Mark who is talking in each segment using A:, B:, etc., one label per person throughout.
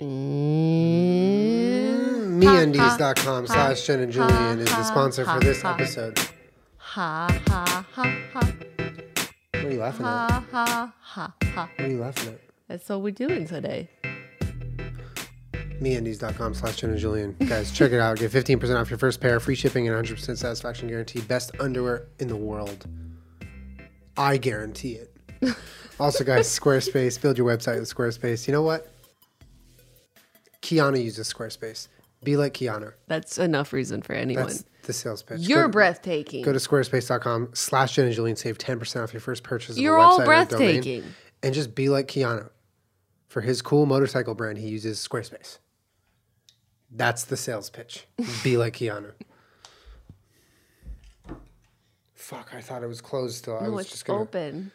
A: And
B: Mm, MeUndies.com slash Jen and Julian is the sponsor for this episode.
A: ha ha ha ha
B: What are you laughing at?
A: ha ha ha ha.
B: What are you laughing at?
A: That's what we're doing today.
B: MeUndies.com slash Jen and Julian. Guys, check it out. Get 15% off your first pair, free shipping, and 100% satisfaction guarantee. Best underwear in the world. I guarantee it. Also, guys, Squarespace. Build your website with Squarespace. You know what? Kiana uses Squarespace. Be like Kiana.
A: That's enough reason for anyone.
B: That's the sales pitch.
A: You're
B: Go-
A: breathtaking.
B: Go to squarespace.com slash Jen and Julian. Save 10% off your first purchase of
A: You're
B: a website
A: all
B: or a domain.
A: breathtaking.
B: And just be like Keanu. For his cool motorcycle brand, he uses Squarespace. That's the sales pitch. Be like Keanu. Fuck, I thought it was closed still. I
A: No,
B: was
A: Oh, it's
B: just gonna
A: open.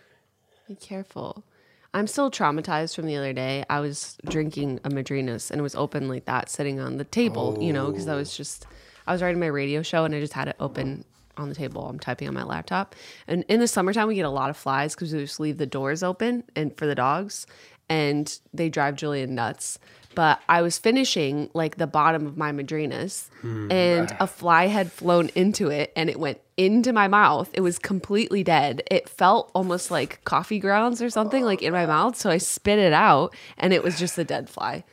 A: Be careful. I'm still traumatized from the other day. I was drinking a Madrinas and it was open like that, sitting on the table, you know, because I
B: Oh.
A: was just, I was writing my radio show and I just had it open on the table. I'm typing on my laptop. And in the summertime, we get a lot of flies because we just leave the doors open and for the dogs and they drive Julian nuts. But I was finishing like the bottom of my Madrinas
B: Hmm.
A: and a fly had flown into it and it went into my mouth. It was completely dead. It felt almost like coffee grounds or something like in my
B: Oh.
A: mouth. So I spit it out and it was just a dead fly.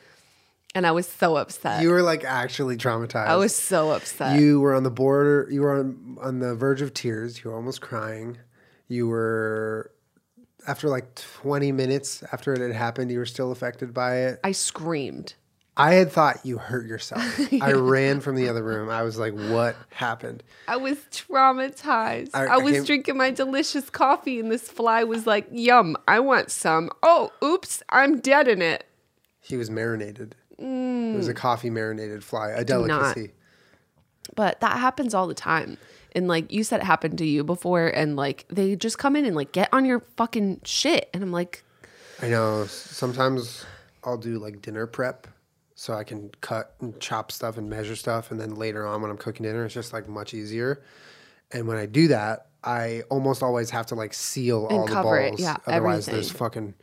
A: And I was so upset.
B: You were like actually traumatized.
A: I was so upset.
B: you were on the border you were on on the verge of tears. You were almost crying. You were after like twenty minutes after it had happened, you were still affected by it.
A: I screamed.
B: I had thought you hurt yourself. I ran from the other room. I was like, what happened?
A: I was traumatized.
B: I-
A: I,
B: I
A: was
B: can't-
A: drinking my delicious coffee, and this fly was like, "Yum! I want some." Oh, oops! I'm dead in it.
B: He was marinated. It was a coffee marinated fly, a delicacy.
A: But that happens all the time. And like you said, it happened to you before, and like they just come in and like get on your fucking shit, and I'm like,
B: I know. Sometimes I'll do like dinner prep so I can cut and chop stuff and measure stuff. And then later on when I'm cooking dinner, it's just like much easier. And when I do that, I almost always have to like seal all the
A: cover it,
B: balls.
A: yeah,
B: Otherwise, there's
A: everything.
B: fucking.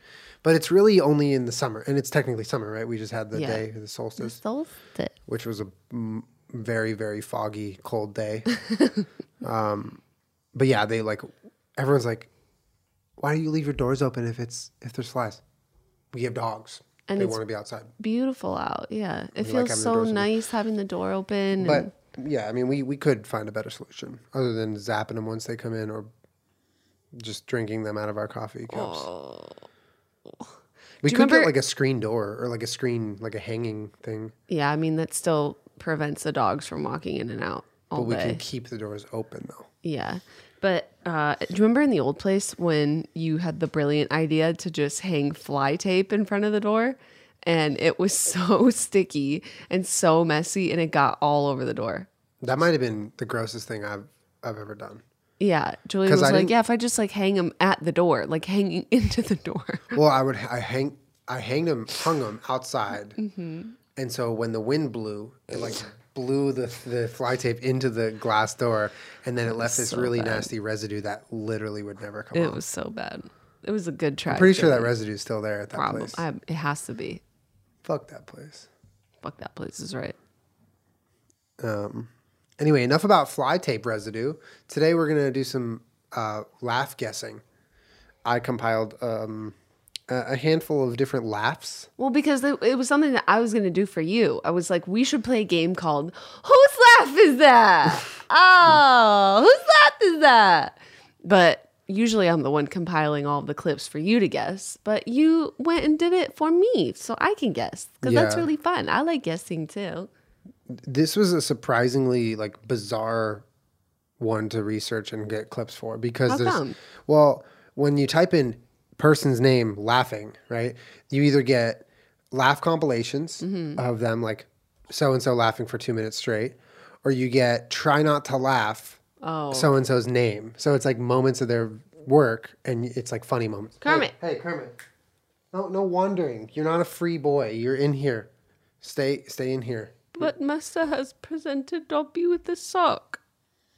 B: But it's really only in the summer. And it's technically summer, right? We just had the
A: Yeah.
B: day, the solstice.
A: solstice.
B: which was a mm, very very foggy cold day um but yeah they like everyone's like why do you leave your doors open if it's if there's flies we have dogs
A: And
B: they
A: it's- Mm.
B: want to be outside
A: Beautiful out, yeah.
B: like
A: It feels
B: having the
A: so
B: doors open.
A: nice having the door open. and
B: but yeah i mean we we could find a better solution other than zapping them once they come in or just drinking them out of our coffee cups we
A: Do you
B: could get
A: remember-
B: like a screen door or like a screen like a hanging thing
A: yeah, I mean that still prevents the dogs from walking in and out all
B: but we
A: day.
B: can keep the doors open though
A: Yeah. But uh, do you remember in the old place when you had the brilliant idea to just hang fly tape in front of the door? And it was so sticky and so messy and it got all over the door.
B: that might have been the grossest thing i've i've ever done
A: Yeah. Julian
B: 'Cause
A: was
B: I
A: like,
B: didn't-
A: yeah, if I just like hang them at the door, like hanging into the door.
B: Well, I would I hang I hanged them hung them outside,
A: Mm-hmm.
B: and so when the wind blew, it like blew the the fly tape into the glass door, and then it left this really nasty residue that literally would never come
A: It
B: off.
A: was so bad. It was a good try.
B: Pretty sure that residue's still there at that
A: problem.
B: place.
A: I, it has to be.
B: Fuck that place.
A: Fuck that place is right.
B: Anyway, enough about fly tape residue. Today we're gonna do some uh, laugh guessing. I compiled um, a a handful of different laughs.
A: Well, because it, it was something that I was going to do for you. I was like, we should play a game called Whose Laugh Is That? oh, whose laugh is that? But usually I'm the one compiling all of the clips for you to guess. But you went and did it for me so I can guess because that's
B: Yeah.
A: really fun. I like guessing too.
B: this was a surprisingly like bizarre one to research and get clips for because
A: How
B: there's
A: come?
B: well when you type in person's name laughing right you either get laugh compilations
A: Mm-hmm.
B: of them like so and so laughing for two minutes straight or you get try not to laugh
A: Oh.
B: so and so's name so it's like moments of their work and it's like funny moments
A: Kermit.
B: hey, hey Kermit no no wandering you're not a free boy you're in here stay stay in here
A: But Master has presented Dobby with a sock.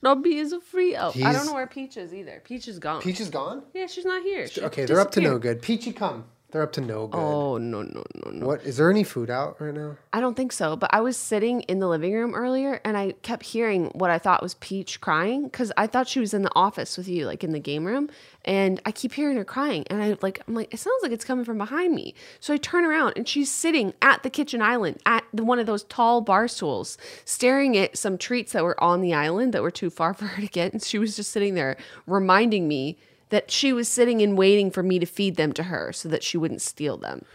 A: Dobby is a free elf. I
B: He's-
A: don't know where Peach is either. Peach is gone.
B: peach is gone
A: yeah, she's not here. She
B: Okay, they're up to
A: disappeared.
B: no good. Peachy, come. They're up to no good.
A: Oh no no no no!
B: What is there any food out right now?
A: I don't think so. But I was sitting in the living room earlier, and I kept hearing what I thought was Peach crying because I thought she was in the office with you, like in the game room, and I keep hearing her crying, and I like I'm like it sounds like it's coming from behind me. So I turn around, and she's sitting at the kitchen island at the, one of those tall bar stools, staring at some treats that were on the island that were too far for her to get, and she was just sitting there reminding me. That she was sitting and waiting for me to feed them to her so that she wouldn't steal them.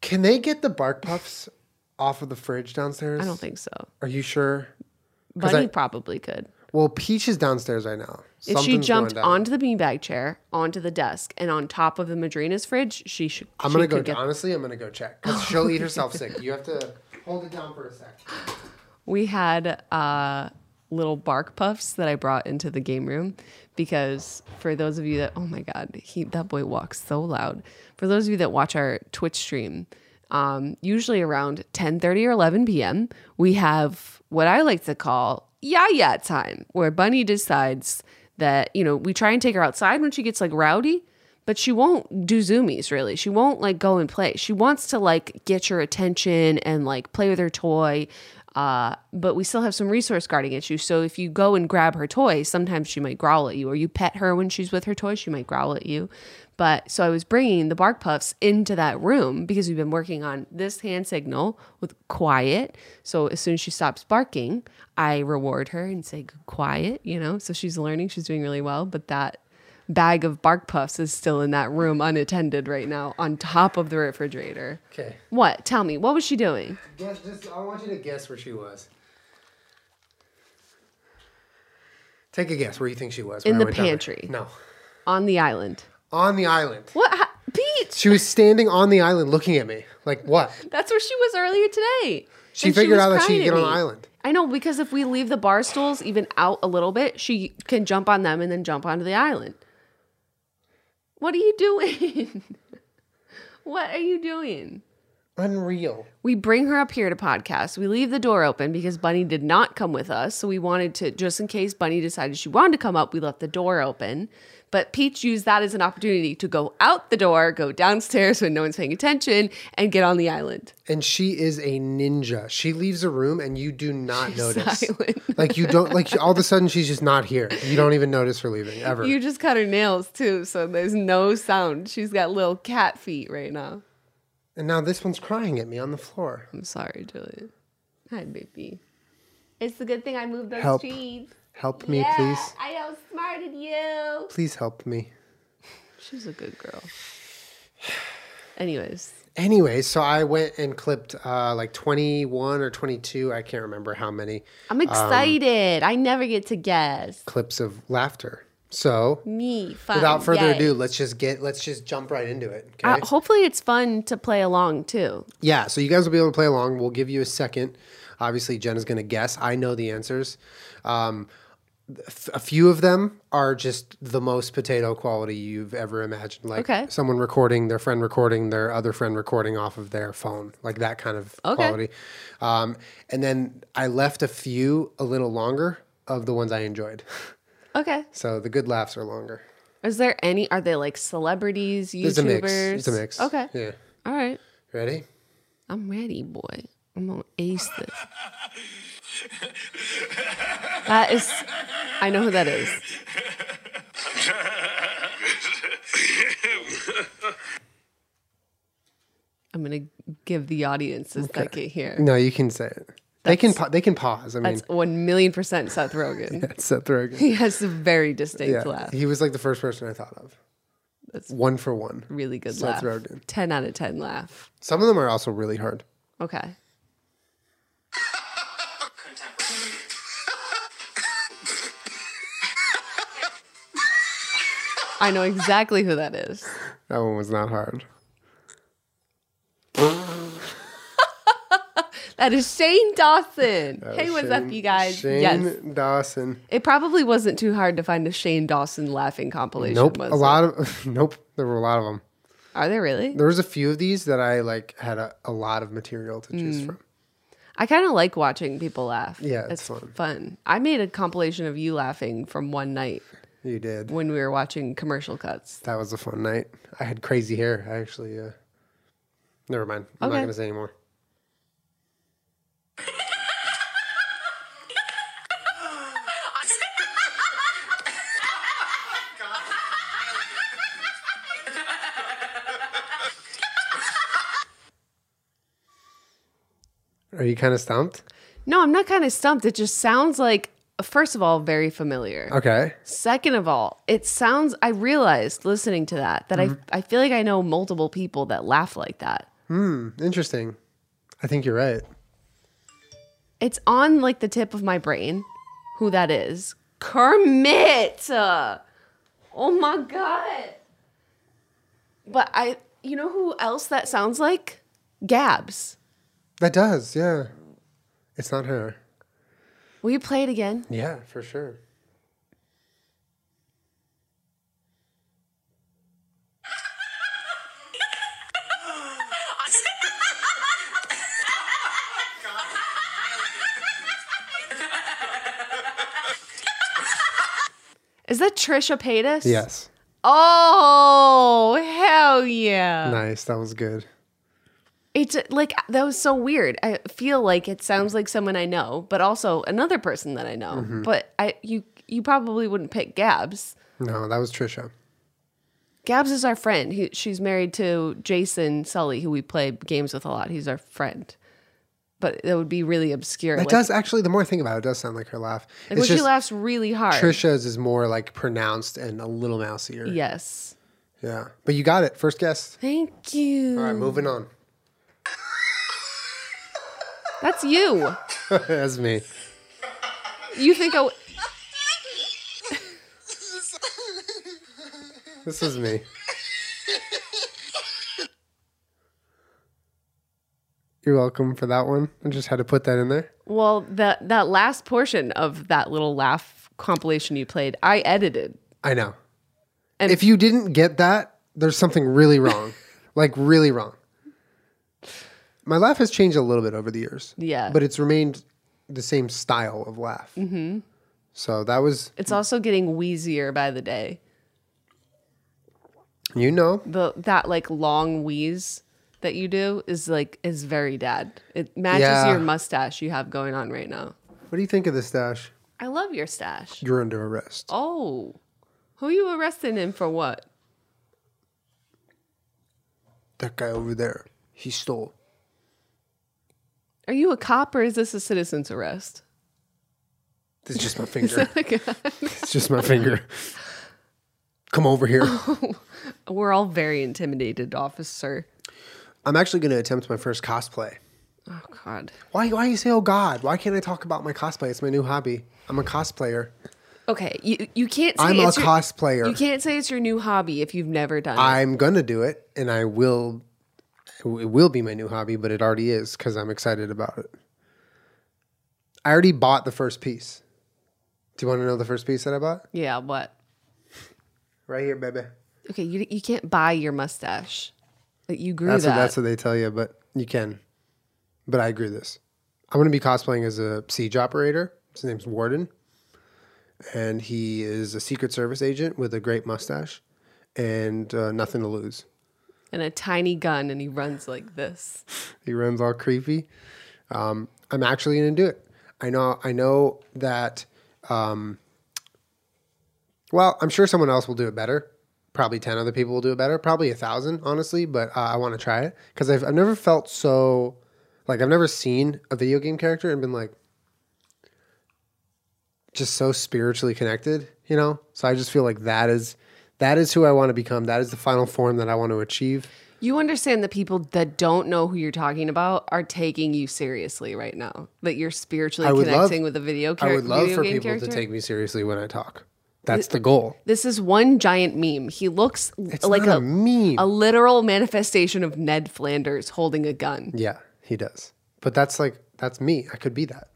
B: Can they get the bark puffs off of the fridge downstairs?
A: I don't think so.
B: Are you sure?
A: Bunny
B: I-
A: probably could.
B: Well, Peach is downstairs right now.
A: If she
B: Something's going
A: jumped
B: down.
A: onto the beanbag chair, onto the desk, and on top of the Madrina's fridge, she should.
B: I'm
A: she
B: gonna
A: could
B: go.
A: Get, Oh,
B: honestly, I'm gonna go check because she'll eat herself sick. You have to hold it down for a sec.
A: we had uh, little bark puffs that I brought into the game room because for those of you that, oh my God, he that boy walks so loud. For those of you that watch our Twitch stream, um, usually around 10:30 or 11 p.m., we have what I like to call "yeah yeah" time, where Bunny decides that you know we try and take her outside when she gets like rowdy. but she won't do zoomies really. She won't like go and play. She wants to like get your attention and like play with her toy. Uh, but we still have some resource guarding issues. So if you go and grab her toy, sometimes she might growl at you, or you pet her when she's with her toy, she might growl at you. But so I was bringing the bark puffs into that room because we've been working on this hand signal with quiet. So as soon as she stops barking, I reward her and say quiet, you know. So she's learning, she's doing really well. But that bag of bark puffs is still in that room unattended right now on top of the refrigerator.
B: Okay.
A: What? Tell me, what was she doing?
B: Guess. Just. I want you to guess where she was. Take a guess where you think she was. when
A: In
B: I
A: the
B: went down there.
A: pantry.
B: No.
A: On the island.
B: On the island.
A: What? Ha- Pete!
B: She was standing on the island looking at me. Like what?
A: That's where she was earlier today.
B: She
A: And
B: figured
A: was
B: out that she
A: crying
B: could
A: at
B: get on
A: me.
B: an island.
A: I know because if we leave the bar stools even out a little bit, she can jump on them and then jump onto the island. What are you doing? what are you doing?
B: Unreal.
A: We bring her up here to podcast. We leave the door open because Bunny did not come with us. So we wanted to, just in case Bunny decided she wanted to come up, we left the door open. But Peach used that as an opportunity to go out the door, go downstairs when no one's paying attention, and get on the island.
B: And she is a ninja. She leaves a room and you do not notice.
A: silent.
B: Like you don't like all of a sudden she's just not here. You don't even notice her leaving ever.
A: You just cut her nails too, so there's no sound. She's got little cat feet right now.
B: and now this one's crying at me on the floor.
A: I'm sorry, Julian. Hi, baby. It's the good thing I moved those
B: Help.
A: trees.
B: Help me, please.
A: I outsmarted you.
B: Please help me.
A: She's a good girl. Anyways,
B: Anyway, so I went and clipped uh, like 21 or 22, I can't remember how many
A: I'm excited. I never get to guess.
B: clips of laughter. So
A: Me, fun.
B: without further
A: yay.
B: ado, let's just get, let's just jump right into it. Okay.
A: Uh, hopefully, it's fun to play along too.
B: Yeah, so you guys will be able to play along. We'll give you a second. Obviously, Jenna's going to guess. I know the answers. Um, f- a few of them are just the most potato quality you've ever imagined. Like
A: Okay.
B: someone recording, their friend recording, their other friend recording off of their phone, like that kind of
A: Okay.
B: quality. Um, and then I left a few a little longer of the ones I enjoyed.
A: Okay.
B: So the good laughs are longer.
A: Is there any? Are they like celebrities, YouTubers?
B: It's a mix. It's a mix.
A: Okay.
B: Yeah.
A: All right.
B: Ready?
A: I'm ready, boy. I'm gonna ace this. that is, I know who that is. I'm gonna give the audience a second here.
B: No, you can say it. they can pa- they can pause. I mean,
A: That's one million percent Seth Rogen.
B: that's Seth Rogen.
A: He has a very distinct laugh.
B: He was like the first person I thought of.
A: That's-
B: one for one.
A: Really good
B: Seth
A: laugh.
B: Rogen.
A: Ten out of ten laugh.
B: Some of them are also really hard.
A: Okay. I know exactly who that is.
B: That one was not hard.
A: That is Shane Dawson. hey, what's
B: Uh,
A: up,
B: Shane-
A: you guys?
B: Shane
A: Yes.
B: Dawson.
A: It probably wasn't too hard to find a Shane Dawson laughing compilation.
B: Nope.
A: was
B: A
A: it?
B: lot of nope. There were a lot of them.
A: Are there really?
B: There was a few of these that I like had a, a lot of material to choose
A: Mm.
B: from.
A: I kind of like watching people laugh.
B: Yeah, it's
A: it's
B: fun.
A: fun. I made a compilation of you laughing from one night.
B: You did.
A: when we were watching commercial cuts.
B: That was a fun night. I had crazy hair. I actually. Uh, never mind. I'm not
A: Okay.
B: gonna say anymore. Are you kind of stumped?
A: No, I'm not kind of stumped. It just sounds like, first of all, very familiar.
B: Okay.
A: Second of all, it sounds, I realized listening to that that I, I feel like I know multiple people that laugh like that.
B: Interesting. I think you're right.
A: It's on like the tip of my brain who that is. Kermit! Uh, Oh my God. But I, you know who else that sounds like? Gabs.
B: That does, yeah. It's not her.
A: Will you play it again?
B: Yeah, for sure.
A: Is that Trisha Paytas?
B: Yes.
A: Oh, hell yeah.
B: Nice. That was good.
A: It's uh, like that was so weird. I feel like it sounds like someone I know, but also another person that I know.
B: Mm-hmm.
A: But I you you probably wouldn't pick Gabs.
B: No, that was Trisha.
A: Gabs is our friend. He, she's married to Jason Sully, who we play games with a lot. He's our friend. But that would be really obscure.
B: That
A: like,
B: does actually. The more I think about it, it does sound like her laugh.
A: like when she laughs really hard.
B: Trisha's is more like pronounced and a little mousier. Yeah.
A: Yes.
B: But you got it. First guess.
A: Thank you.
B: All right, moving on.
A: That's you.
B: That's me.
A: You think I w-
B: This is me. You're welcome for that one. I just had to put that in there.
A: Well, that that last portion of that little laugh compilation you played, I edited.
B: I know.
A: And-
B: if you didn't get that, there's something really wrong. like really wrong. My laugh has changed a little bit over the years.
A: Yeah.
B: But it's remained the same style of laugh. Mm-hmm. So that was
A: It's also getting wheezier by the day.
B: you know.
A: The that like long wheeze that you do is like is very dad. It matches
B: Yeah.
A: your mustache you have going on right now.
B: What do you think of this stash?
A: I love your stash.
B: You're under arrest.
A: Oh. Who you arresting him for what?
B: That guy over there. He stole.
A: Are you a cop or is this a citizen's arrest?
B: This is just my finger. it's just my finger. Come over here.
A: We're all very intimidated, officer.
B: I'm actually gonna attempt my first cosplay.
A: Oh god.
B: Why why you say oh god? Why can't I talk about my cosplay? It's my new hobby. I'm a cosplayer.
A: Okay, you you can't say
B: I'm a
A: it's your-
B: cosplayer.
A: You can't say it's your new hobby if you've never done it.
B: I'm gonna do it, and I will. It will be my new hobby, but it already is because I'm excited about it. I already bought the first piece. Do you want to know the first piece that I bought?
A: Yeah, what?
B: Right here, baby.
A: Okay, you you can't buy your mustache. Like, You grew
B: That's
A: that.
B: what that's what they tell you, but you can. But I agree with this. I'm gonna be cosplaying as a siege operator. His name's Warden, and he is a Secret Service agent with a great mustache and uh, nothing to lose.
A: and a tiny gun, and he runs like this.
B: He runs all creepy. Um, I'm actually gonna do it. I know. I know that. Um, well, I'm sure someone else will do it better. Probably ten other people will do it better. Probably a thousand, honestly. But uh, I want to try it because I've I've never felt so like I've never seen a video game character and been like just so spiritually connected, you know. So I just feel like that is that is who I want to become. That is the final form that I want to achieve.
A: You understand that people that don't know who you're talking about are taking you seriously right now. That you're spiritually
B: I would love-
A: connecting with a video
B: I
A: character.
B: would love for people to take me seriously when I talk. That's the goal.
A: This is one giant meme. He looks
B: It's
A: like
B: not a,
A: a
B: meme.
A: a literal manifestation of Ned Flanders holding a gun.
B: yeah, he does. But that's like that's me. I could be that.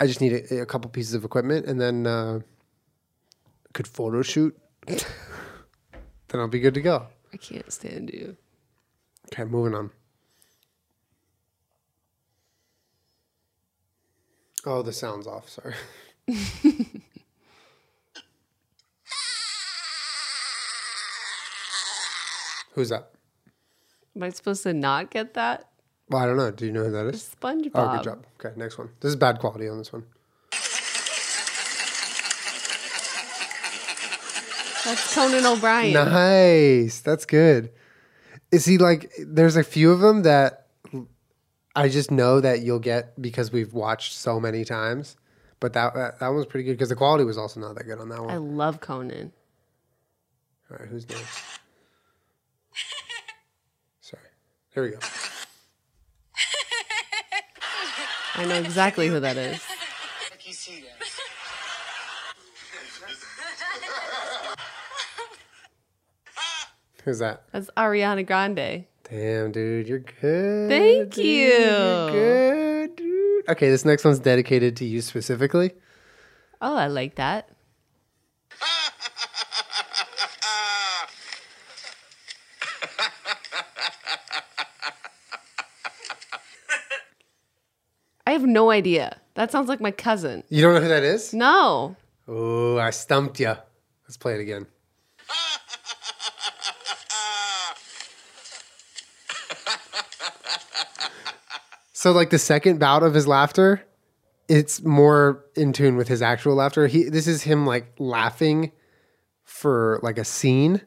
B: I just need a, a couple pieces of equipment, and then uh, I could photo shoot. then I'll be good to go.
A: I can't stand you.
B: Okay, moving on. Oh, the sound's off. Sorry. Who's that?
A: Am I supposed to not get that?
B: Well, I don't know. Do you know who that is?
A: SpongeBob.
B: Oh, good job. Okay, next one. This is bad quality on this one.
A: That's Conan O'Brien.
B: Nice. That's good. Is he like, there's a few of them that I just know that you'll get because we've watched so many times. But that that, that one was pretty good because the quality was also not that good on that one.
A: I love Conan.
B: All right, who's next? Sorry. Here we go.
A: I know exactly who that is.
C: Like you see that.
B: Who's that?
A: That's Ariana Grande.
B: Damn, dude, you're good.
A: Thank
B: dude.
A: you.
B: You're good, dude. Okay, this next one's dedicated to you specifically.
A: Oh, I like that. I have no idea. That sounds like my cousin.
B: You don't know who that is?
A: No.
B: Oh, I stumped you. Let's play it again. so, like the second bout of his laughter, it's more in tune with his actual laughter. He, this is him like laughing for like a scene.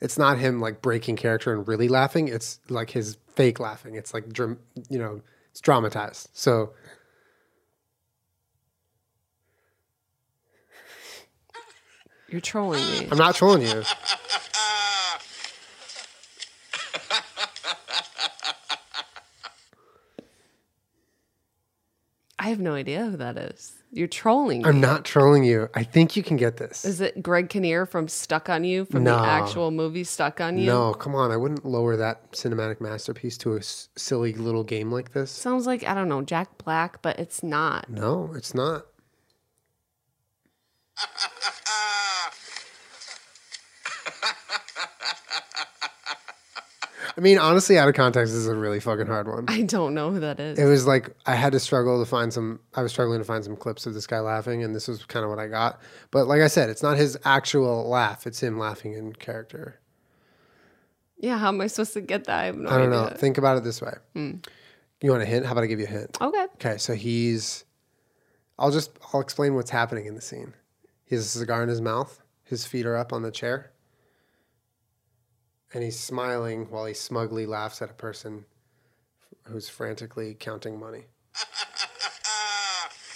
B: It's not him like breaking character and really laughing. It's like his fake laughing. It's like dram- you know, it's dramatized. So
A: You're trolling me.
B: I'm not trolling you.
A: I have no idea who that is. You're trolling me.
B: I'm not trolling you. I think you can get this.
A: Is it Greg Kinnear from Stuck on You from
B: No.
A: the actual movie Stuck on You?
B: No, come on. I wouldn't lower that cinematic masterpiece to a s- silly little game like this.
A: Sounds like I don't know Jack Black, but it's not.
B: No, it's not. I mean, honestly, out of context, this is a really fucking hard one.
A: I don't know who that is.
B: It was like I had to struggle to find some. I was struggling to find some clips of this guy laughing, and this was kind of what I got. But like I said, it's not his actual laugh; it's him laughing in character.
A: yeah, how am I supposed to get that? Hmm. I have no
B: I don't
A: idea.
B: know. Think about it this way. You want a hint? How about I give you a hint?
A: Okay.
B: Okay, so he's. I'll just I'll explain what's happening in the scene. He has a cigar in his mouth. His feet are up on the chair, and he's smiling while he smugly laughs at a person who's frantically counting money.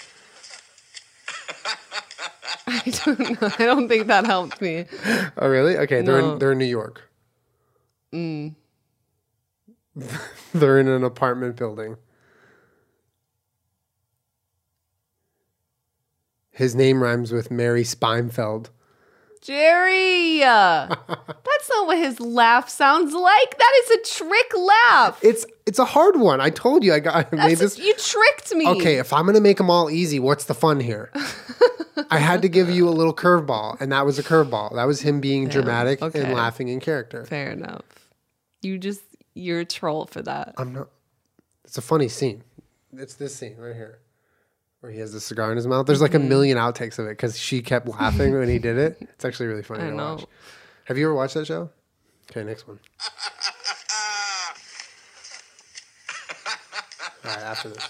A: I don't know. I don't think that helped me.
B: Oh, really? Okay, they're
A: No.
B: in, they're in New York.
A: Mm.
B: they're in an apartment building. His name rhymes with Mary Speinfeld.
A: Jerry! uh, That's not what his laugh sounds like. That is a trick laugh.
B: It's it's a hard one. I told you I got I made
A: That's
B: this.
A: you tricked me.
B: Okay, if I'm gonna make them all easy, what's the fun here? I had to give you a little curveball, and that was a curveball. That was him being dramatic
A: okay.
B: and laughing in character.
A: Fair enough. You just, you're a troll for that.
B: I'm not. It's a funny scene. It's this scene right here where he has the cigar in his mouth. There's like
A: Mm-hmm.
B: a million outtakes of it because she kept laughing when he did it. It's actually really funny
A: I
B: to
A: know.
B: watch. Have you ever watched that show? Okay, next one. All right, after this.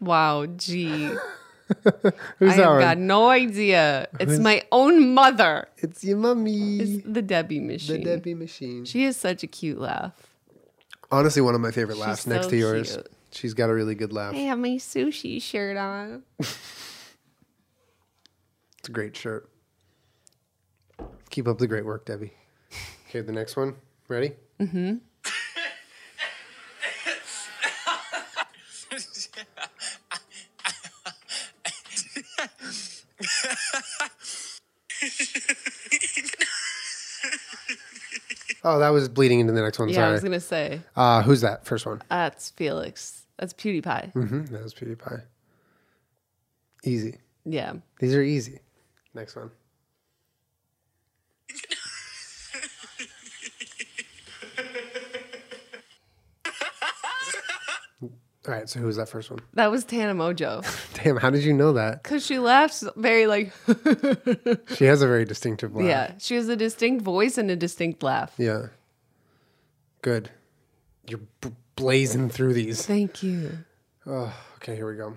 A: Wow, gee.
B: Who's
A: I
B: that
A: have
B: one?
A: got no idea. It's my own mother.
B: It's your mummy.
A: It's the Debbie
B: the
A: machine.
B: Debbie machine.
A: She has such a cute laugh.
B: Honestly, one of my favorite laughs next
A: so
B: to yours.
A: cute.
B: She's got a really good laugh.
A: I have my sushi shirt on.
B: It's a great shirt. Keep up the great work, Debbie. Okay, the next one. Ready?
A: Mm-hmm.
B: oh, that was bleeding into the next one.
A: Yeah, I
B: Sorry.
A: was gonna say
B: uh, who's that first one?
A: that's Felix. That's PewDiePie.
B: Mm-hmm. That was PewDiePie. Easy.
A: Yeah,
B: These are easy. Next one. All right, so who was that first one?
A: That was Tana Mojo.
B: Damn, how did you know that?
A: Because she laughed very, like,
B: She has a very distinctive laugh.
A: yeah. She has a distinct voice and a distinct laugh.
B: Yeah. Good. You're b- blazing through these.
A: Thank you.
B: Oh, okay, here we go.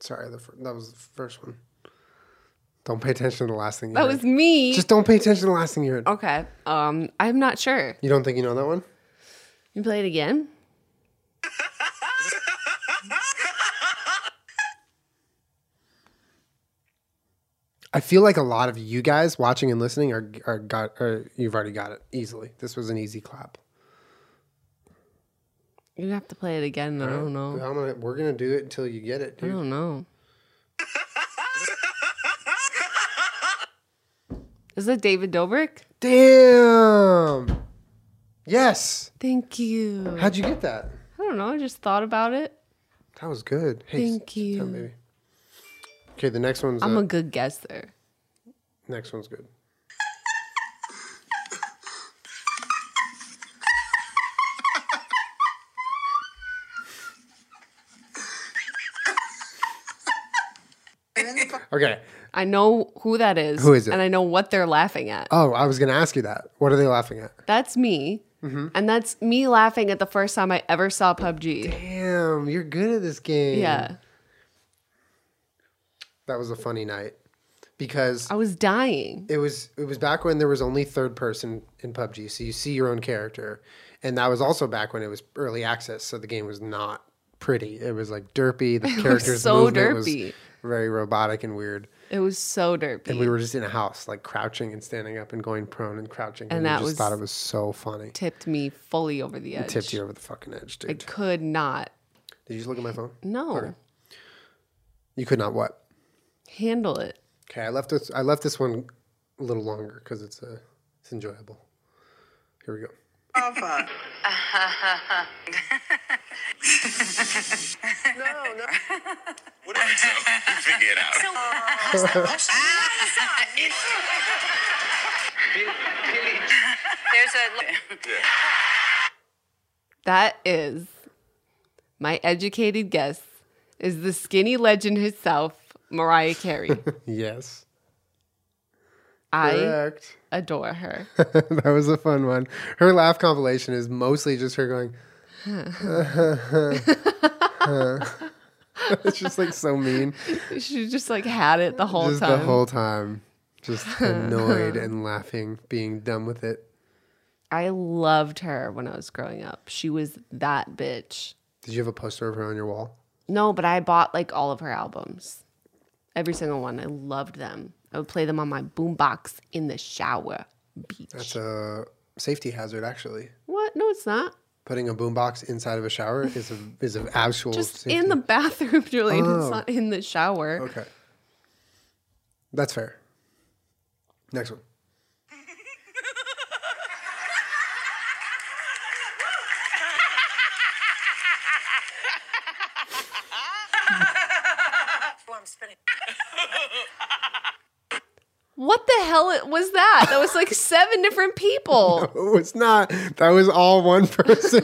B: Sorry, the fir- that was the first one. Don't pay attention to the last thing you
A: That
B: heard.
A: was me.
B: Just don't pay attention to the last thing you heard.
A: okay. Um, I'm not sure.
B: You don't think you know that one?
A: You play it again?
B: I feel like a lot of you guys watching and listening are, are got or you've already got it easily. This was an easy clap.
A: You have to play it again. I don't know.
B: I'm gonna, we're gonna do it until you get it,
A: I
B: dude.
A: don't know. Is that David Dobrik?
B: Damn. Yes.
A: Thank you. I
B: How'd you get that?
A: don't know. I just thought about it.
B: That was good. Hey,
A: Thank
B: sit down,
A: you.
B: baby. Okay, the next one's
A: I'm
B: uh,
A: a good guesser.
B: next one's good. okay.
A: I know who that is.
B: Who is it?
A: And I know what they're laughing at.
B: Oh, I was gonna ask you that. What are they laughing at?
A: That's me.
B: Mm-hmm.
A: And that's me laughing at the first time I ever saw PUBG.
B: Damn, you're good at this game.
A: Yeah.
B: That was a funny night because
A: I was dying.
B: it was it was back when there was only third person in PUBG, so you see your own character, and that was also back when it was early access, so the game was not pretty. It was like derpy. The characters
A: so
B: movement
A: derpy.
B: was very robotic and weird,
A: It was so derpy.
B: and we were just in a house, like crouching and standing up and going prone and crouching, and,
A: And
B: we
A: that
B: just
A: was-
B: thought it was so funny.
A: tipped me fully over the edge.
B: Tipped you over the fucking edge, dude.
A: I could not.
B: Did you just look at my phone?
A: No.
B: You could not what?
A: Handle it.
B: Okay, I left this. I left this one a little longer because it's uh, it's enjoyable. Here we go.
C: Alpha. no, no.
D: What up, Joe? You figure it out.
C: There's a.
A: That is my educated guess is the skinny legend herself, Mariah Carey.
B: Yes,
A: I
B: correct.
A: adore her.
B: that was a fun one. Her laugh compilation is mostly just her going. it's just like so mean,
A: She just like had it the whole
B: just
A: time.
B: the whole time, just annoyed and laughing, being done with it.
A: I loved her when I was growing up. She was that bitch.
B: Did you have a poster of her on your wall?
A: No, but I bought like all of her albums. Every single one. I loved them. I would play them on my boombox in the shower. Beach.
B: It's a safety hazard, actually.
A: what? No, it's not.
B: Putting a boombox inside of a shower is a is an actual
A: Just
B: safety
A: in the bathroom, Julian.
B: Oh.
A: It's not in the shower.
B: Okay. That's fair. Next one.
C: Oh, I'm spinning.
A: What the hell it- was that? That was like seven different people.
B: Oh, it's not. That was all one person.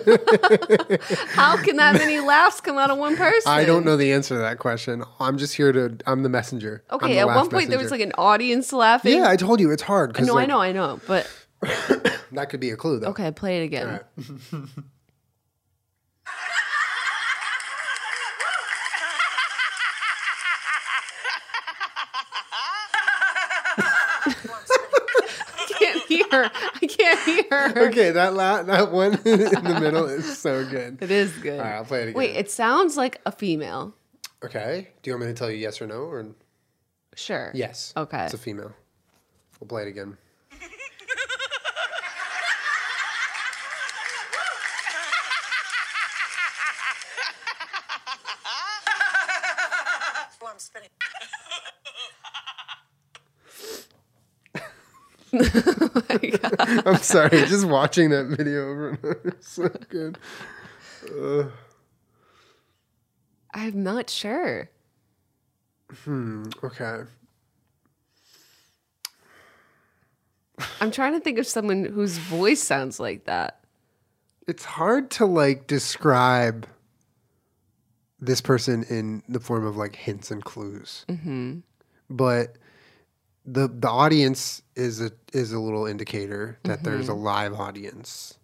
A: How can that many laughs come out of one person?
B: I don't know the answer to that question. I'm just here to. I'm the messenger. I'm
A: Okay,
B: the
A: at
B: laugh
A: one point there was
B: messenger.
A: like an audience laughing.
B: Yeah, I told you it's hard because
A: no, I know, I know. But
B: that could be a clue though.
A: okay, play it again.
B: All right.
A: I can't hear. I can't hear.
B: Okay, that la- that one in the middle is so good.
A: It is good.
B: All right, I'll play it again.
A: Wait, it sounds like a female.
B: Okay. Do you want me to tell you yes or no or
A: Sure.
B: yes?
A: Okay.
B: It's a female. We'll play it again.
C: Oh, I'm spinning.
B: I'm sorry. just watching that video over and over is so good.
A: I'm not sure.
B: Okay.
A: I'm trying to think of someone whose voice sounds like that.
B: It's hard to like describe this person in the form of like hints and clues. Mm-hmm. But the the audience is a is a little indicator that there's a live audience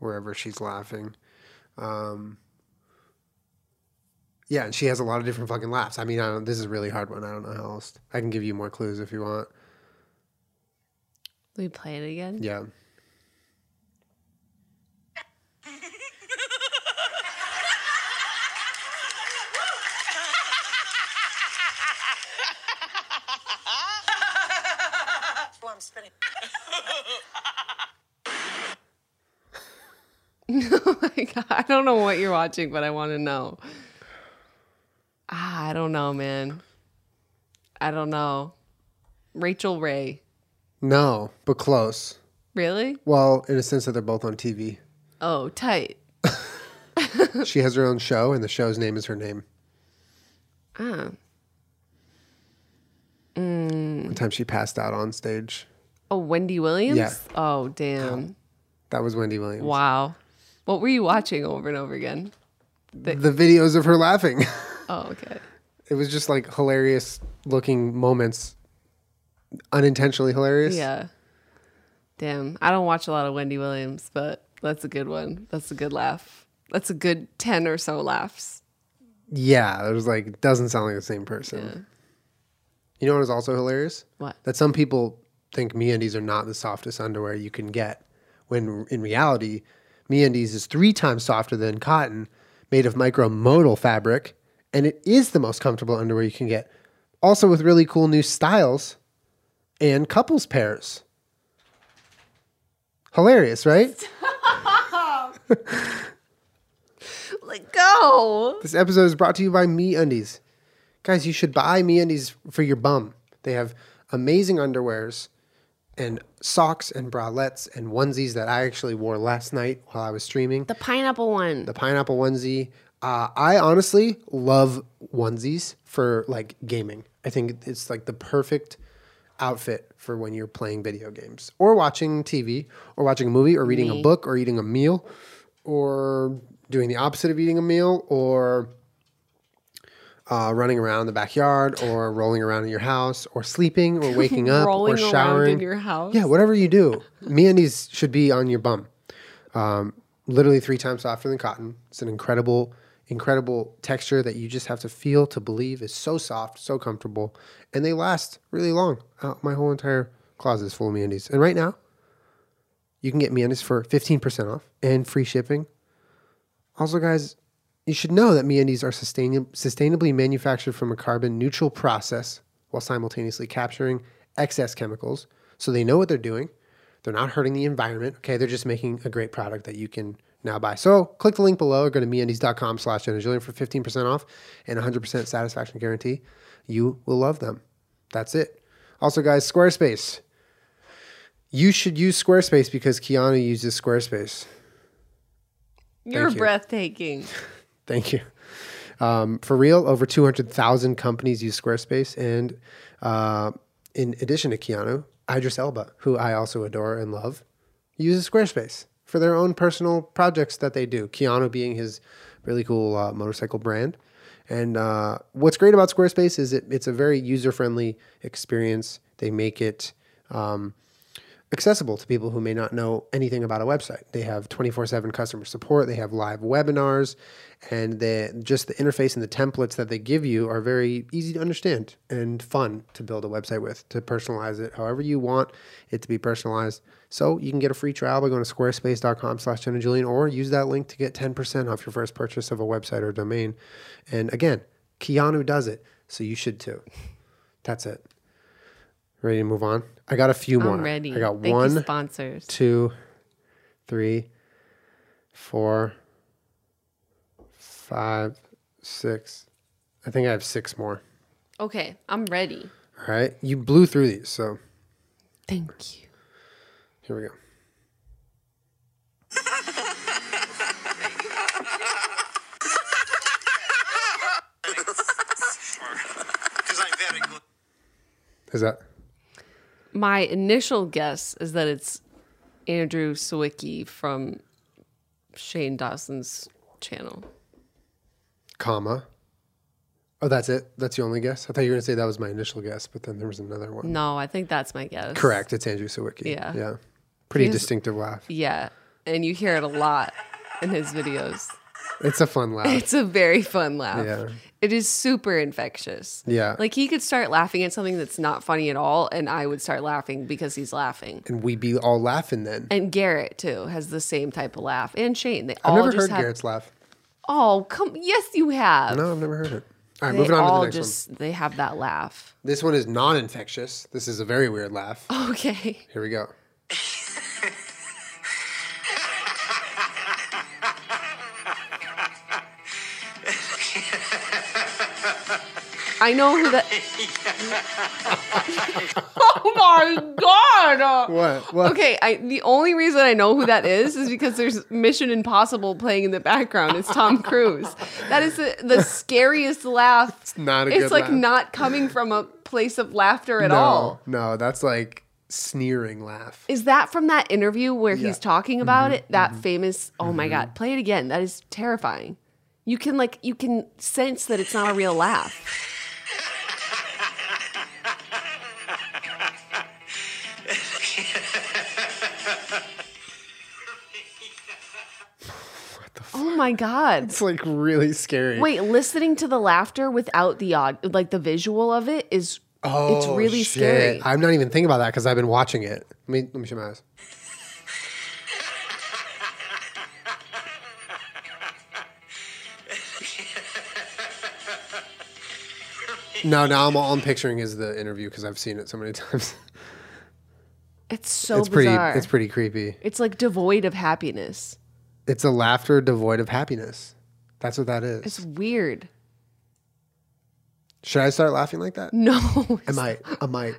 B: wherever she's laughing. Um, yeah, and she has a lot of different fucking laughs. I mean, I don't, this is a really hard one. I don't know how else. I can give you more clues if you want.
A: Let me play it again.
B: Yeah.
C: Before I'm spinning.
A: Like, I don't know what you're watching, but I want to know. Ah, I don't know, man. I don't know. Rachel Ray.
B: No, but close.
A: Really?
B: Well, in a sense that they're both on TV.
A: Oh, tight.
B: She has her own show, and the show's name is her name.
A: Ah.
B: One time she passed out on stage.
A: Oh, Wendy Williams?
B: Yeah. Um,
A: Oh, damn.
B: That was Wendy Williams.
A: Wow. What were you watching over and over again?
B: The videos of her laughing.
A: Oh, okay.
B: it was just like hilarious looking moments, unintentionally hilarious.
A: Yeah. Damn. I don't watch a lot of Wendy Williams, but that's a good one. That's a good laugh. That's a good 10 or so laughs.
B: Yeah. It was like, it doesn't sound like the same person. You know what was also hilarious?
A: What?
B: That some people think MeUndies are not the softest underwear you can get, when in reality, MeUndies is three times softer than cotton, made of micromodal fabric, and it is the most comfortable underwear you can get. Also with really cool new styles and couples pairs. Hilarious, right?
A: Let go.
B: This episode is brought to you by Me Undies. Guys, you should buy Me Undies for your bum. They have amazing underwears and socks and bralettes and onesies that I actually wore last night while I was streaming.
A: The pineapple one.
B: The pineapple onesie. Uh, I honestly love onesies for like gaming. I think it's like the perfect outfit for when you're playing video games or watching TV or watching a movie or reading a book or eating a meal or doing the opposite of eating a meal or uh, running around the backyard or rolling around in your house or sleeping or waking up
A: Rolling
B: or
A: around in
B: showering
A: your house?
B: Yeah, whatever you do, MeUndies should be on your bum. Um, literally three times softer than cotton. It's an incredible, incredible texture that you just have to feel to believe is so soft, so comfortable, and they last really long. Uh, my whole entire closet is full of MeUndies, and right now, you can get MeUndies for fifteen percent off and free shipping. Also, guys, you should know that MeUndies are sustain- sustainably manufactured from a carbon neutral process while simultaneously capturing excess chemicals. So they know what they're doing. They're not hurting the environment. Okay, they're just making a great product that you can now buy. So click the link below or go to MeUndies.com slash Jenna for 15% off and 100% satisfaction guarantee. You will love them. That's it. Also, guys, Squarespace. You should use Squarespace because Kiana uses Squarespace.
A: You're
B: you.
A: breathtaking.
B: Thank you. Um, for real, over 200,000 companies use Squarespace. And uh, in addition to Keanu, Idris Elba, who I also adore and love, uses Squarespace for their own personal projects that they do. Keanu being his really cool uh, motorcycle brand. And uh, what's great about Squarespace is it, it's a very user friendly experience. They make it um, accessible to people who may not know anything about a website. They have 24/7 customer support, they have live webinars, and they just the interface and the templates that they give you are very easy to understand and fun to build a website with, to personalize it however you want it to be personalized. So you can get a free trial by going to squarespace.com slash Jenna Julian or use that link to get 10% off your first purchase of a website or domain. And again, Keanu does it, so you should too. That's it. Ready to move on? I got a few more.
A: I'm ready.
B: I got
A: Thank you,
B: one
A: sponsors.
B: two, three, four, five, six. I think I have six more.
A: Okay, I'm ready.
B: All right. You blew through these. So
A: Thank you.
B: here we go.
D: Because I'm very good.
B: Is that?
A: my initial guess is that it's Andrew Sawicki from Shane Dawson's channel.
B: comma. Oh, that's it. That's the only guess. I thought you were gonna say that was my initial guess, but then there was another one.
A: No, I think that's my guess.
B: Correct. It's Andrew Sawicki.
A: Yeah.
B: Yeah. Pretty
A: He's-
B: distinctive laugh.
A: Yeah. And you hear it a lot in his videos.
B: It's a fun laugh.
A: It's a very fun laugh.
B: Yeah.
A: It is super infectious.
B: Yeah.
A: Like he could start laughing at something that's not funny at all, and I would start laughing because he's laughing.
B: and we be all laughing then.
A: And Garrett too has the same type of laugh, and Shane. They
B: I've
A: all
B: never
A: just
B: heard
A: have.
B: Garrett's laugh.
A: Oh come, yes, you have.
B: No, I've never heard it. All right,
A: They
B: moving on to
A: all
B: the next one.
A: just they have that laugh.
B: This one is non-infectious. This is a very weird laugh.
A: Okay.
B: Here we go.
A: I know who that. oh my god!
B: What? What?
A: Okay, I, the only reason I know who that is is because there's Mission Impossible playing in the background. It's Tom Cruise. That is the, the scariest laugh. It's
B: not a
A: It's
B: good
A: like
B: laugh.
A: not coming from a place of laughter at
B: no,
A: all.
B: no, that's like sneering laugh.
A: Is that from that interview where
B: Yeah. Mm-hmm.
A: he's talking about it? That famous. Oh my god! Play it again. That is terrifying. You can like you can sense that it's not a real laugh. Oh my god.
B: It's like really scary.
A: Wait, listening to the laughter without the odd, like the visual of it is,
B: oh,
A: it's really
B: shit.
A: scary.
B: I'm not even thinking about that because I've been watching it. Let me let me show my eyes. No, now I'm all I'm picturing is the interview because I've seen it so many times.
A: it's so
B: it's pretty.
A: bizarre.
B: It's pretty creepy.
A: It's like devoid of happiness.
B: It's a laughter devoid of happiness. That's what that is.
A: It's weird.
B: Should I start laughing like that?
A: No,
B: I might. I might.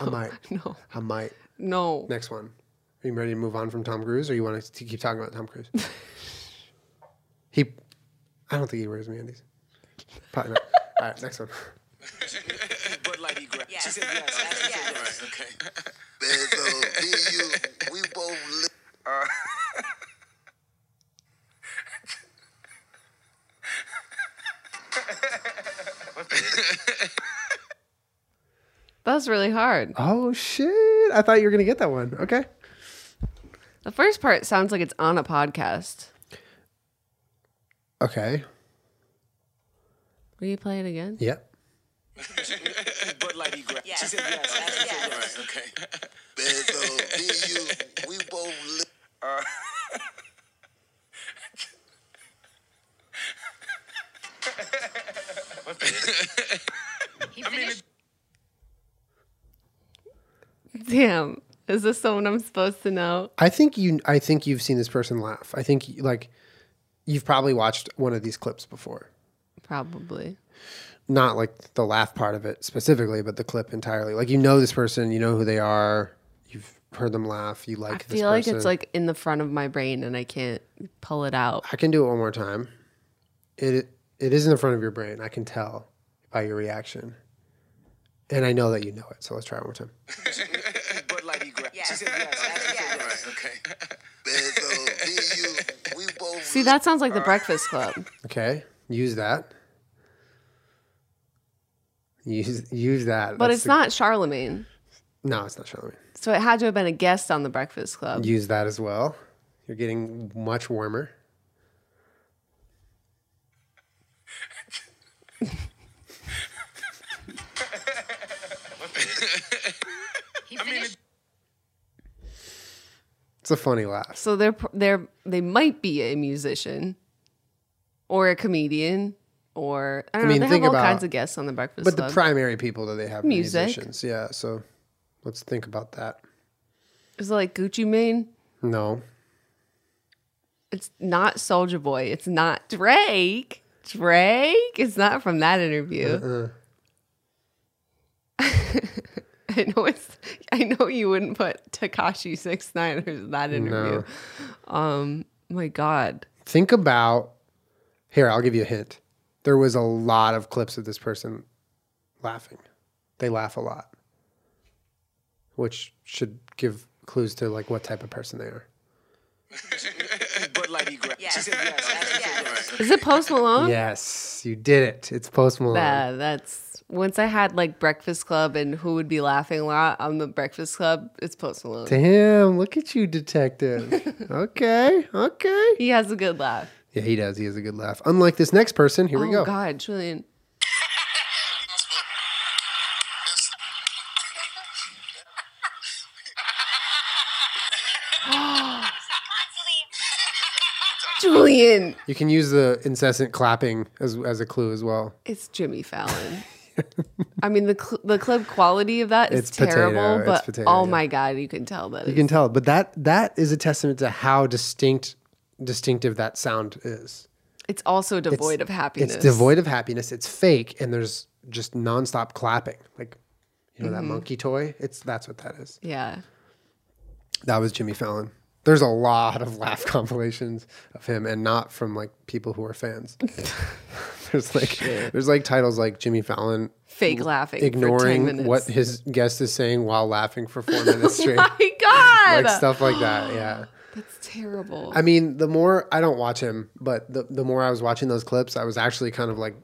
B: I might.
A: no,
B: I might.
A: no.
B: Next one. Are you ready to move on from Tom Cruise, or you want to keep talking about Tom Cruise? he, I don't think he wears Mandy's. Probably not. All right, next one.
E: Bud Light he grabbed.
C: Yes.
E: She said yes. I said
C: Yes.
E: yes. Okay.
F: Man, so me and you, we both live.
A: That was really hard.
B: Oh shit! I thought you were gonna get that one. Okay.
A: The first part sounds like it's on a podcast.
B: Okay.
A: Will you play it again?
B: Yep.
E: Bud Light he grabbed. She
C: Yes.
E: said yes. I said
C: Yes.
E: yes. Okay.
F: Man, so me and you, we both live.
A: Damn. Is this someone I'm supposed to know?
B: I think you. I think you've seen this person laugh. I think like you've probably watched one of these clips before.
A: Probably.
B: Not like the laugh part of it specifically, but the clip entirely. Like you know this person, you know who they are. You've heard them laugh. You like.
A: I
B: this
A: feel like
B: person.
A: it's like in the front of my brain and I can't pull it out.
B: I can do it one more time. It it is in the front of your brain. I can tell by your reaction, and I know that you know it. So let's try it one more time.
E: Bud Light he grabbed. She
C: Yes.
E: said yes. I said
C: Yes.
E: yes. Okay.
F: Man, so me and you, we both
A: See, that sounds like the Breakfast Club.
B: Okay, use that. Use use that.
A: But
B: That's
A: it's
B: the-
A: not Charlemagne.
B: No, it's not Charlemagne.
A: So it had to have been a guest on the Breakfast Club.
B: Use that as well. You're getting much warmer. It's a funny laugh.
A: So they're pr- they're they might be a musician or a comedian or I don't
B: mean,
A: know. They
B: think
A: have all
B: about-
A: kinds of guests on the Breakfast
B: But the
A: Club.
B: primary people that they have are
A: Music.
B: musicians. Yeah, so let's think about that.
A: Is it like Gucci Mane?
B: No.
A: It's not Soldier Boy. It's not Drake. Drake. It's not from that interview.
B: Uh-uh.
A: I know it's. I know you wouldn't put Takashi Six Nine in that interview.
B: No.
A: Um. My God.
B: Think about here, I'll give you a hint. There was a lot of clips of this person laughing. They laugh a lot. which should give clues to like what type of person they are.
E: Bud Light Egret.
G: Yes.
E: She said yes.
G: Yes, yes.
A: Is it Post Malone?
B: Yes, you did it. It's Post Malone.
A: Yeah, that's once I had like Breakfast Club and Who Would Be Laughing a lot on the Breakfast Club. It's Post Malone.
B: Damn, look at you, detective. okay, okay.
A: He has a good laugh.
B: Yeah, he does. He has a good laugh. Unlike this next person, here
A: Oh
B: we go.
A: God, Julian. Julian,
B: You can use the incessant clapping as as a clue as well.
A: it's Jimmy Fallon. I mean the cl- the clip quality of that is
B: It's potato,
A: terrible,
B: it's
A: but
B: potato,
A: oh
B: yeah.
A: my god, you can tell that.
B: You can tell, but that that is a testament to how distinct distinctive that sound is.
A: It's also devoid of happiness.
B: It's devoid of happiness. It's fake, and there's just nonstop clapping, like you know
A: Mm-hmm.
B: that monkey toy. It's that's what that is.
A: Yeah.
B: That was Jimmy Fallon. There's a lot of laugh compilations of him, and not from like people who are fans. there's like there's like titles like Jimmy Fallon
A: Fake laughing. for 10
B: ignoring
A: minutes. Oh
B: what his guest is saying while laughing for four minutes straight,
A: my God.
B: like stuff like that. Yeah.
A: That's terrible.
B: I mean, the more I don't watch him, but the the more I was watching those clips, I was actually kind of like,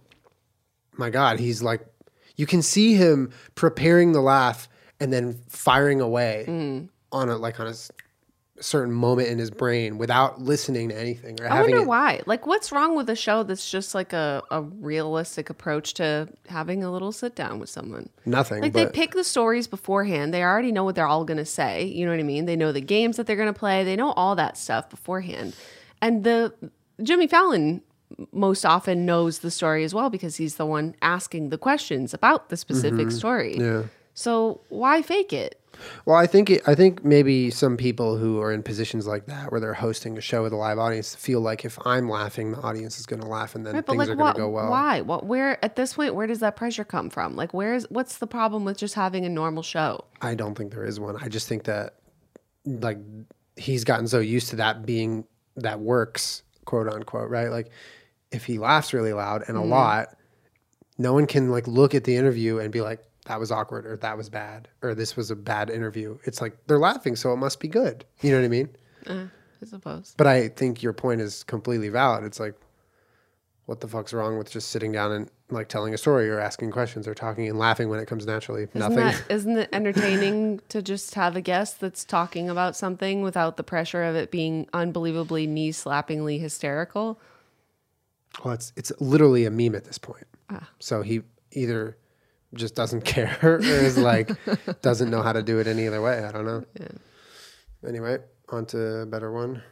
B: my God, he's like, you can see him preparing the laugh and then firing away
A: Mm.
B: on a like on a s- certain moment in his brain without listening to anything or
A: I
B: having
A: wonder
B: it-
A: why. Like, what's wrong with a show that's just like a, a realistic approach to having a little sit down with someone?
B: nothing.
A: Like,
B: but
A: they pick the stories beforehand. They already know what they're all going to say. You know what I mean? They know the games that they're going to play. They know all that stuff beforehand. And the Jimmy Fallon most often knows the story as well because he's the one asking the questions about the specific story.
B: Mm-hmm. yeah.
A: So, why fake it?
B: Well, I think it, I think maybe some people who are in positions like that, where they're hosting a show with a live audience, feel like if I'm laughing, the audience is going to laugh, and then
A: Right, but
B: things
A: like,
B: are going
A: what,
B: to go well.
A: why? What? Where? At this point, where does that pressure come from? Like, where's what's the problem with just having a normal show?
B: I don't think there is one. I just think that like he's gotten so used to that being that works, quote unquote, right? Like if he laughs really loud and a
A: Mm-hmm.
B: lot, no one can like look at the interview and be like, that was awkward or that was bad or this was a bad interview. It's like they're laughing, so it must be good. You know what I mean?
A: I suppose.
B: But I think your point is completely valid. It's like, what the fuck's wrong with just sitting down and like telling a story or asking questions or talking and laughing when it comes naturally?
A: Isn't
B: Nothing.
A: that isn't it entertaining to just have a guest that's talking about something without the pressure of it being unbelievably knee slappingly hysterical?
B: Well, it's it's literally a meme at this point. So he either just doesn't care or is like doesn't know how to do it any other way. I don't know. Anyway, on to a better one.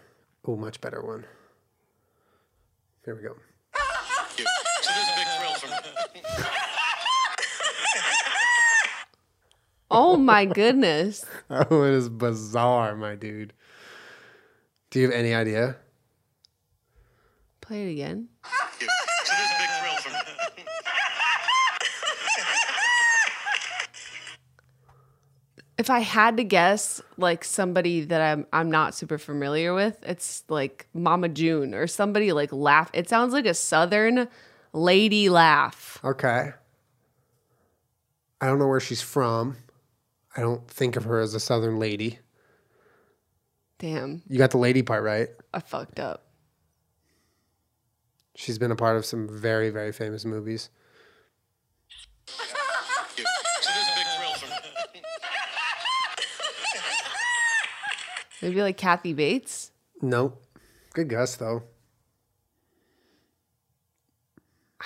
B: Oh, much better one. Here we go.
D: So there's a big thrill for me.
A: Oh my goodness!
B: That one Oh, is bizarre, my dude. Do you have any idea?
A: Play it again.
D: So there's a big thrill for me.
A: If I had to guess, like somebody that I'm I'm not super familiar with, it's like Mama June or somebody like laugh. It sounds like a Southern lady laugh.
B: Okay. I don't know where she's from. I don't think of her as a southern lady.
A: Damn,
B: You got the lady part right.
A: I fucked up.
B: She's been a part of some very, very famous movies.
D: So there's a big thrill for me.
A: Maybe like Kathy Bates.
B: Nope. Good guess though.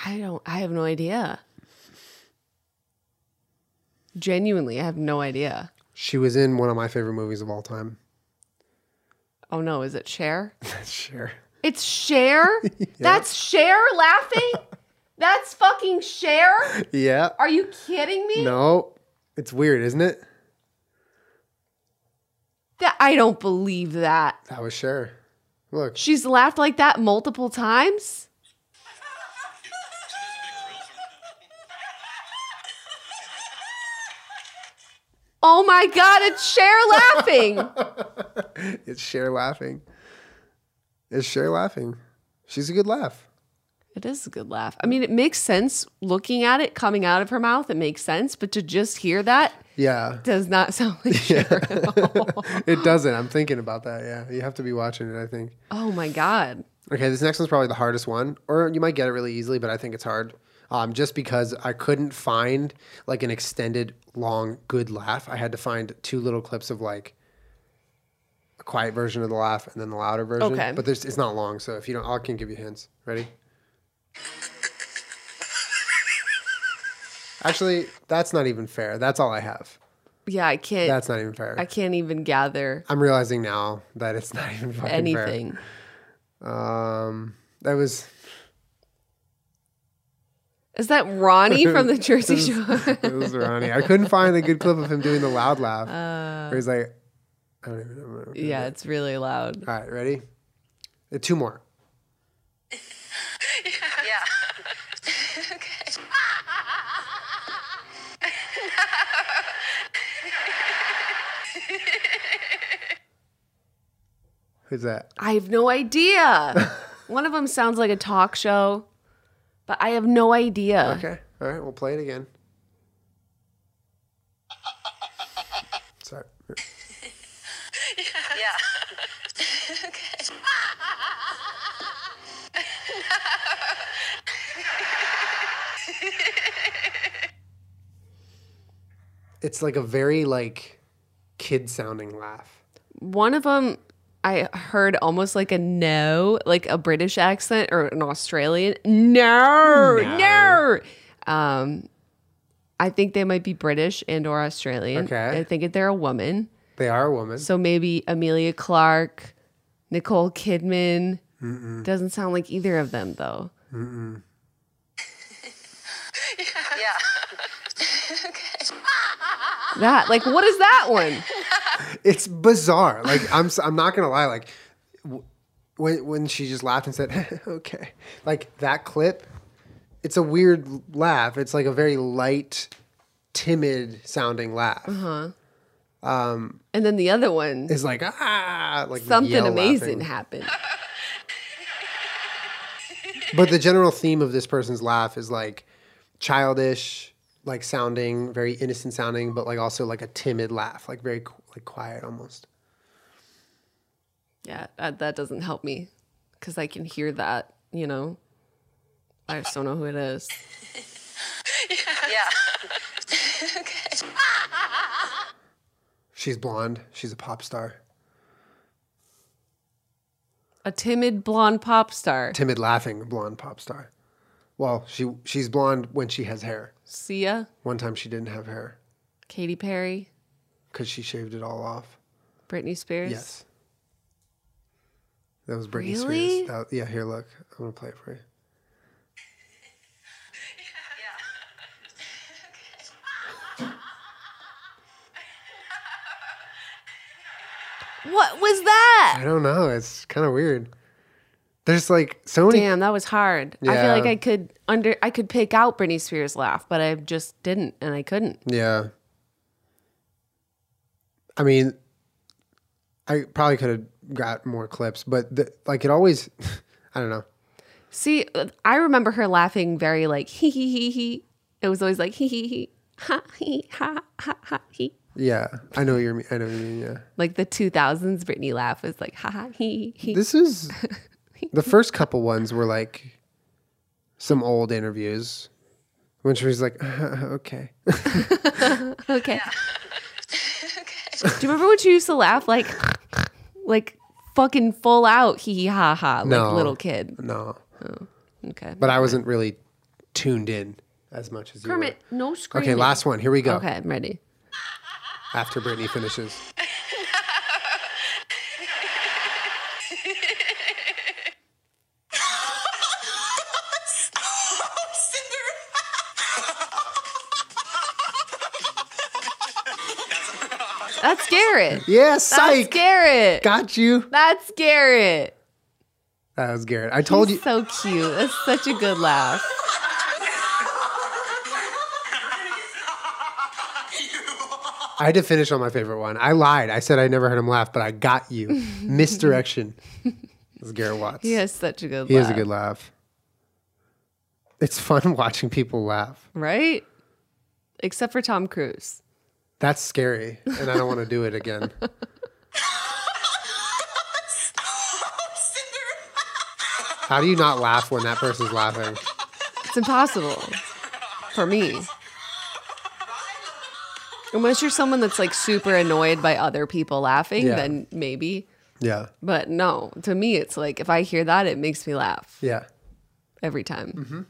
A: I don't. I have no idea. Genuinely, I have no idea.
B: She was in one of my favorite movies of all time.
A: Oh no, is it Cher?
B: sure.
A: It's Cher. That's Cher laughing. That's fucking Cher.
B: Yeah.
A: Are you kidding me?
B: No. It's weird, isn't it?
A: That I don't believe that.
B: That was Cher. Look,
A: She's laughed like that multiple times. Oh my god, it's Cher laughing.
B: it's Cher laughing. It's Cher laughing. She's a good laugh.
A: It is a good laugh. I mean, it makes sense looking at it coming out of her mouth. It makes sense, but to just hear that,
B: Yeah.
A: Does not sound like sugar at all.
B: It doesn't. I'm thinking about that. Yeah. You have to be watching it, I think.
A: Oh my God.
B: Okay, this next one's probably the hardest one, or you might get it really easily, but I think it's hard. Um, just because I couldn't find like an extended, long, good laugh. I had to find two little clips of like a quiet version of the laugh and then the louder version.
A: Okay.
B: But there's, it's not long, so if you don't, I can give you hints. Ready? Actually, that's not even fair. That's all I have.
A: Yeah, I can't.
B: That's not even fair.
A: I can't even gather
B: I'm realizing now that it's not even fucking fair.
A: anything.
B: Um, that was
A: Is that Ronnie from the Jersey Shore?
B: it was Ronnie. I couldn't find a good clip of him doing the loud laugh. where he's like, I don't even know.
A: yeah, it's really loud.
B: All right, ready? Uh, Two more. Who's that?
A: I have no idea. One of them sounds like a talk show, but I have no idea.
B: Okay. All right, we'll play it again. Sorry. It's like a very like kid sounding laugh.
A: One of them I heard almost like a no, like a British accent or an Australian. No,
B: Hmm.
A: no. Um, I think they might be British and or Australian.
B: Okay.
A: I think they're a woman.
B: They are a woman.
A: So maybe Amelia Clark, Nicole Kidman. Doesn't sound like either of them though. That like what is that one?
B: it's bizarre. Like I'm, s- I'm not gonna lie. Like w- when when she just laughed and said, "Okay," like that clip, it's a weird l- laugh. It's like a very light, timid sounding laugh.
A: Uh-huh. And then the other one,
B: It's like ah, like
A: something
B: yell
A: amazing
B: laughing.
A: happened.
B: But the general theme of this person's laugh is like childish, like sounding very innocent sounding, but like also like a timid laugh, like very qu- like quiet almost.
A: Yeah, that, that doesn't help me because I can hear that, you know. I just don't know who it is.
B: She's blonde. She's a pop star.
A: A timid blonde pop star,
B: timid laughing blonde pop star. Well, she she's blonde when she has hair.
A: Sia,
B: One time she didn't have hair
A: Katy Perry,
B: because she shaved it all off.
A: Britney Spears.
B: Yes. That was Britney
A: Really?
B: Spears. That- yeah, here, look. I'm going to play it for you.
A: What was that?
B: I don't know. It's kind of weird. There's like so many.
A: Damn, that was hard. I feel
B: Yeah.
A: like I could under I could pick out Britney Spears' laugh, but I just didn't, and I couldn't.
B: Yeah. I mean, I probably could have got more clips, but the, like it always, I don't know.
A: See, uh, I remember her laughing very like hee hee hee hee. It was always like hee hee hee ha hee ha ha ha hee.
B: Yeah, I know what you're. I know what you mean. Yeah.
A: Like the 2000s Britney laugh was like ha ha hee hee. hee.
B: This is the first couple ones were like some old interviews when she was like, okay.
A: Okay. Do you remember when she used to laugh like like fucking full out hee hee ha ha like
B: No.
A: little kid?
B: No,
A: Okay.
B: but I wasn't really tuned in as much as you
A: Kermit, no
B: were.
A: screaming.
B: Okay, last one. Here we go.
A: Okay, I'm ready.
B: After Brittany finishes.
A: That's Garrett.
B: Yeah,
A: That's
B: psych.
A: Garrett.
B: Got you.
A: That's Garrett.
B: That was Garrett. I told you.
A: He's so cute. That's such a good laugh.
B: I had to finish on my favorite one. I lied. I said I never heard him laugh, but I got you. Misdirection. That's Garrett Watts.
A: He has such a good
B: He
A: laugh.
B: has a good laugh. It's fun watching people laugh.
A: Right? Except for Tom Cruise.
B: That's scary, and I don't want to do it again. How do you not laugh when that person's laughing?
A: It's impossible for me. Unless you're someone that's like super annoyed by other people laughing,
B: Yeah.
A: then maybe.
B: Yeah,
A: But no, to me, it's like if I hear that, it makes me laugh
B: yeah.
A: every time.
B: Mm-hmm.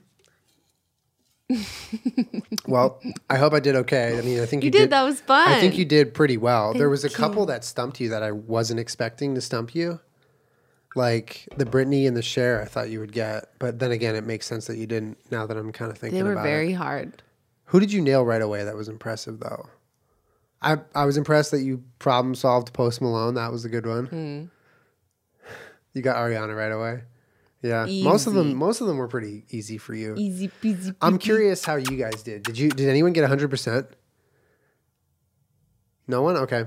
B: Well, I hope I did okay. I mean, I think you,
A: You did. That was fun.
B: I think you did pretty well. there was a
A: Thank
B: couple that stumped you that I wasn't expecting to stump you, like the Brittany and the Cher. I thought you would get, but then again, it makes sense that you didn't. Now that I'm kind of thinking
A: They were
B: about
A: very
B: it,
A: hard.
B: who did you nail right away? That was impressive, though. I I was impressed that you problem solved Post Malone. That was a good one.
A: Hmm.
B: You got Ariana right away. Yeah, most of
A: Easy.
B: them most of them were pretty easy for you.
A: Easy peasy.
B: I'm curious how you guys did. Did you did anyone get 100%? No one? Okay.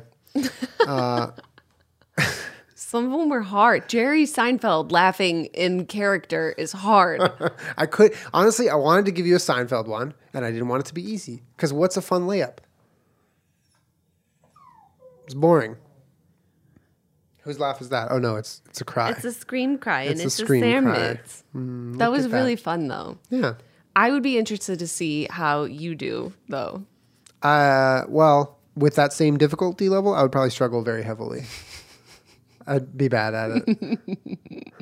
A: Some of them were hard. Jerry Seinfeld laughing in character is hard.
B: I could honestly I wanted to give you a Seinfeld one and I didn't want it to be easy cuz what's a fun layup? It's boring. Whose laugh is that? Oh no, it's it's a cry.
A: It's a scream cry and
B: It's a
A: it's a
B: scream cry.
A: sandwich. that was
B: at that.
A: really fun though.
B: yeah.
A: I would be interested to see how you do though.
B: Uh well, with that same difficulty level, I would probably struggle very heavily. I'd be bad at it.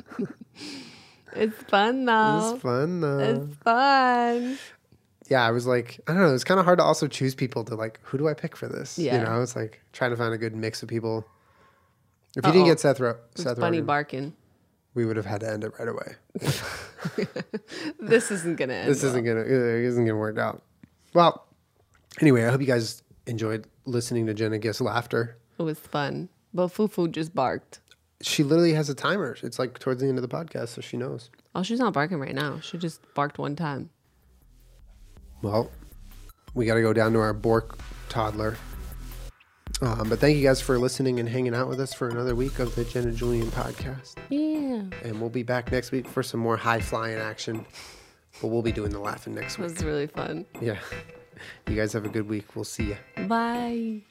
A: It's fun though.
B: It's fun though.
A: It's fun.
B: yeah, I was like, I don't know. It's kind of hard to also choose people to like, who do I pick for this?
A: Yeah.
B: You know, it's like trying to find a good mix of people. If you didn't
A: Uh-oh.
B: get Seth, Ro- Seth
A: It's bunny
B: Rogen,
A: barking.
B: we would have had to end it right away.
A: This isn't gonna end.
B: This isn't gonna, uh, it isn't gonna work out. Well, anyway, I hope you guys enjoyed listening to Jenna Giss laughter.
A: it was fun. But Fufu just barked.
B: She literally has a timer. It's like towards the end of the podcast, so she knows.
A: Oh, she's not barking right now. She just barked one time.
B: Well, we got to go down to our Bork toddler. Um, but thank you guys for listening and hanging out with us for another week of the Jenna Julian podcast.
A: Yeah.
B: and we'll be back next week for some more high flying action. But we'll be doing the laughing next
A: It
B: week.
A: was really fun.
B: Yeah. You guys have a good week. We'll see you.
A: Bye.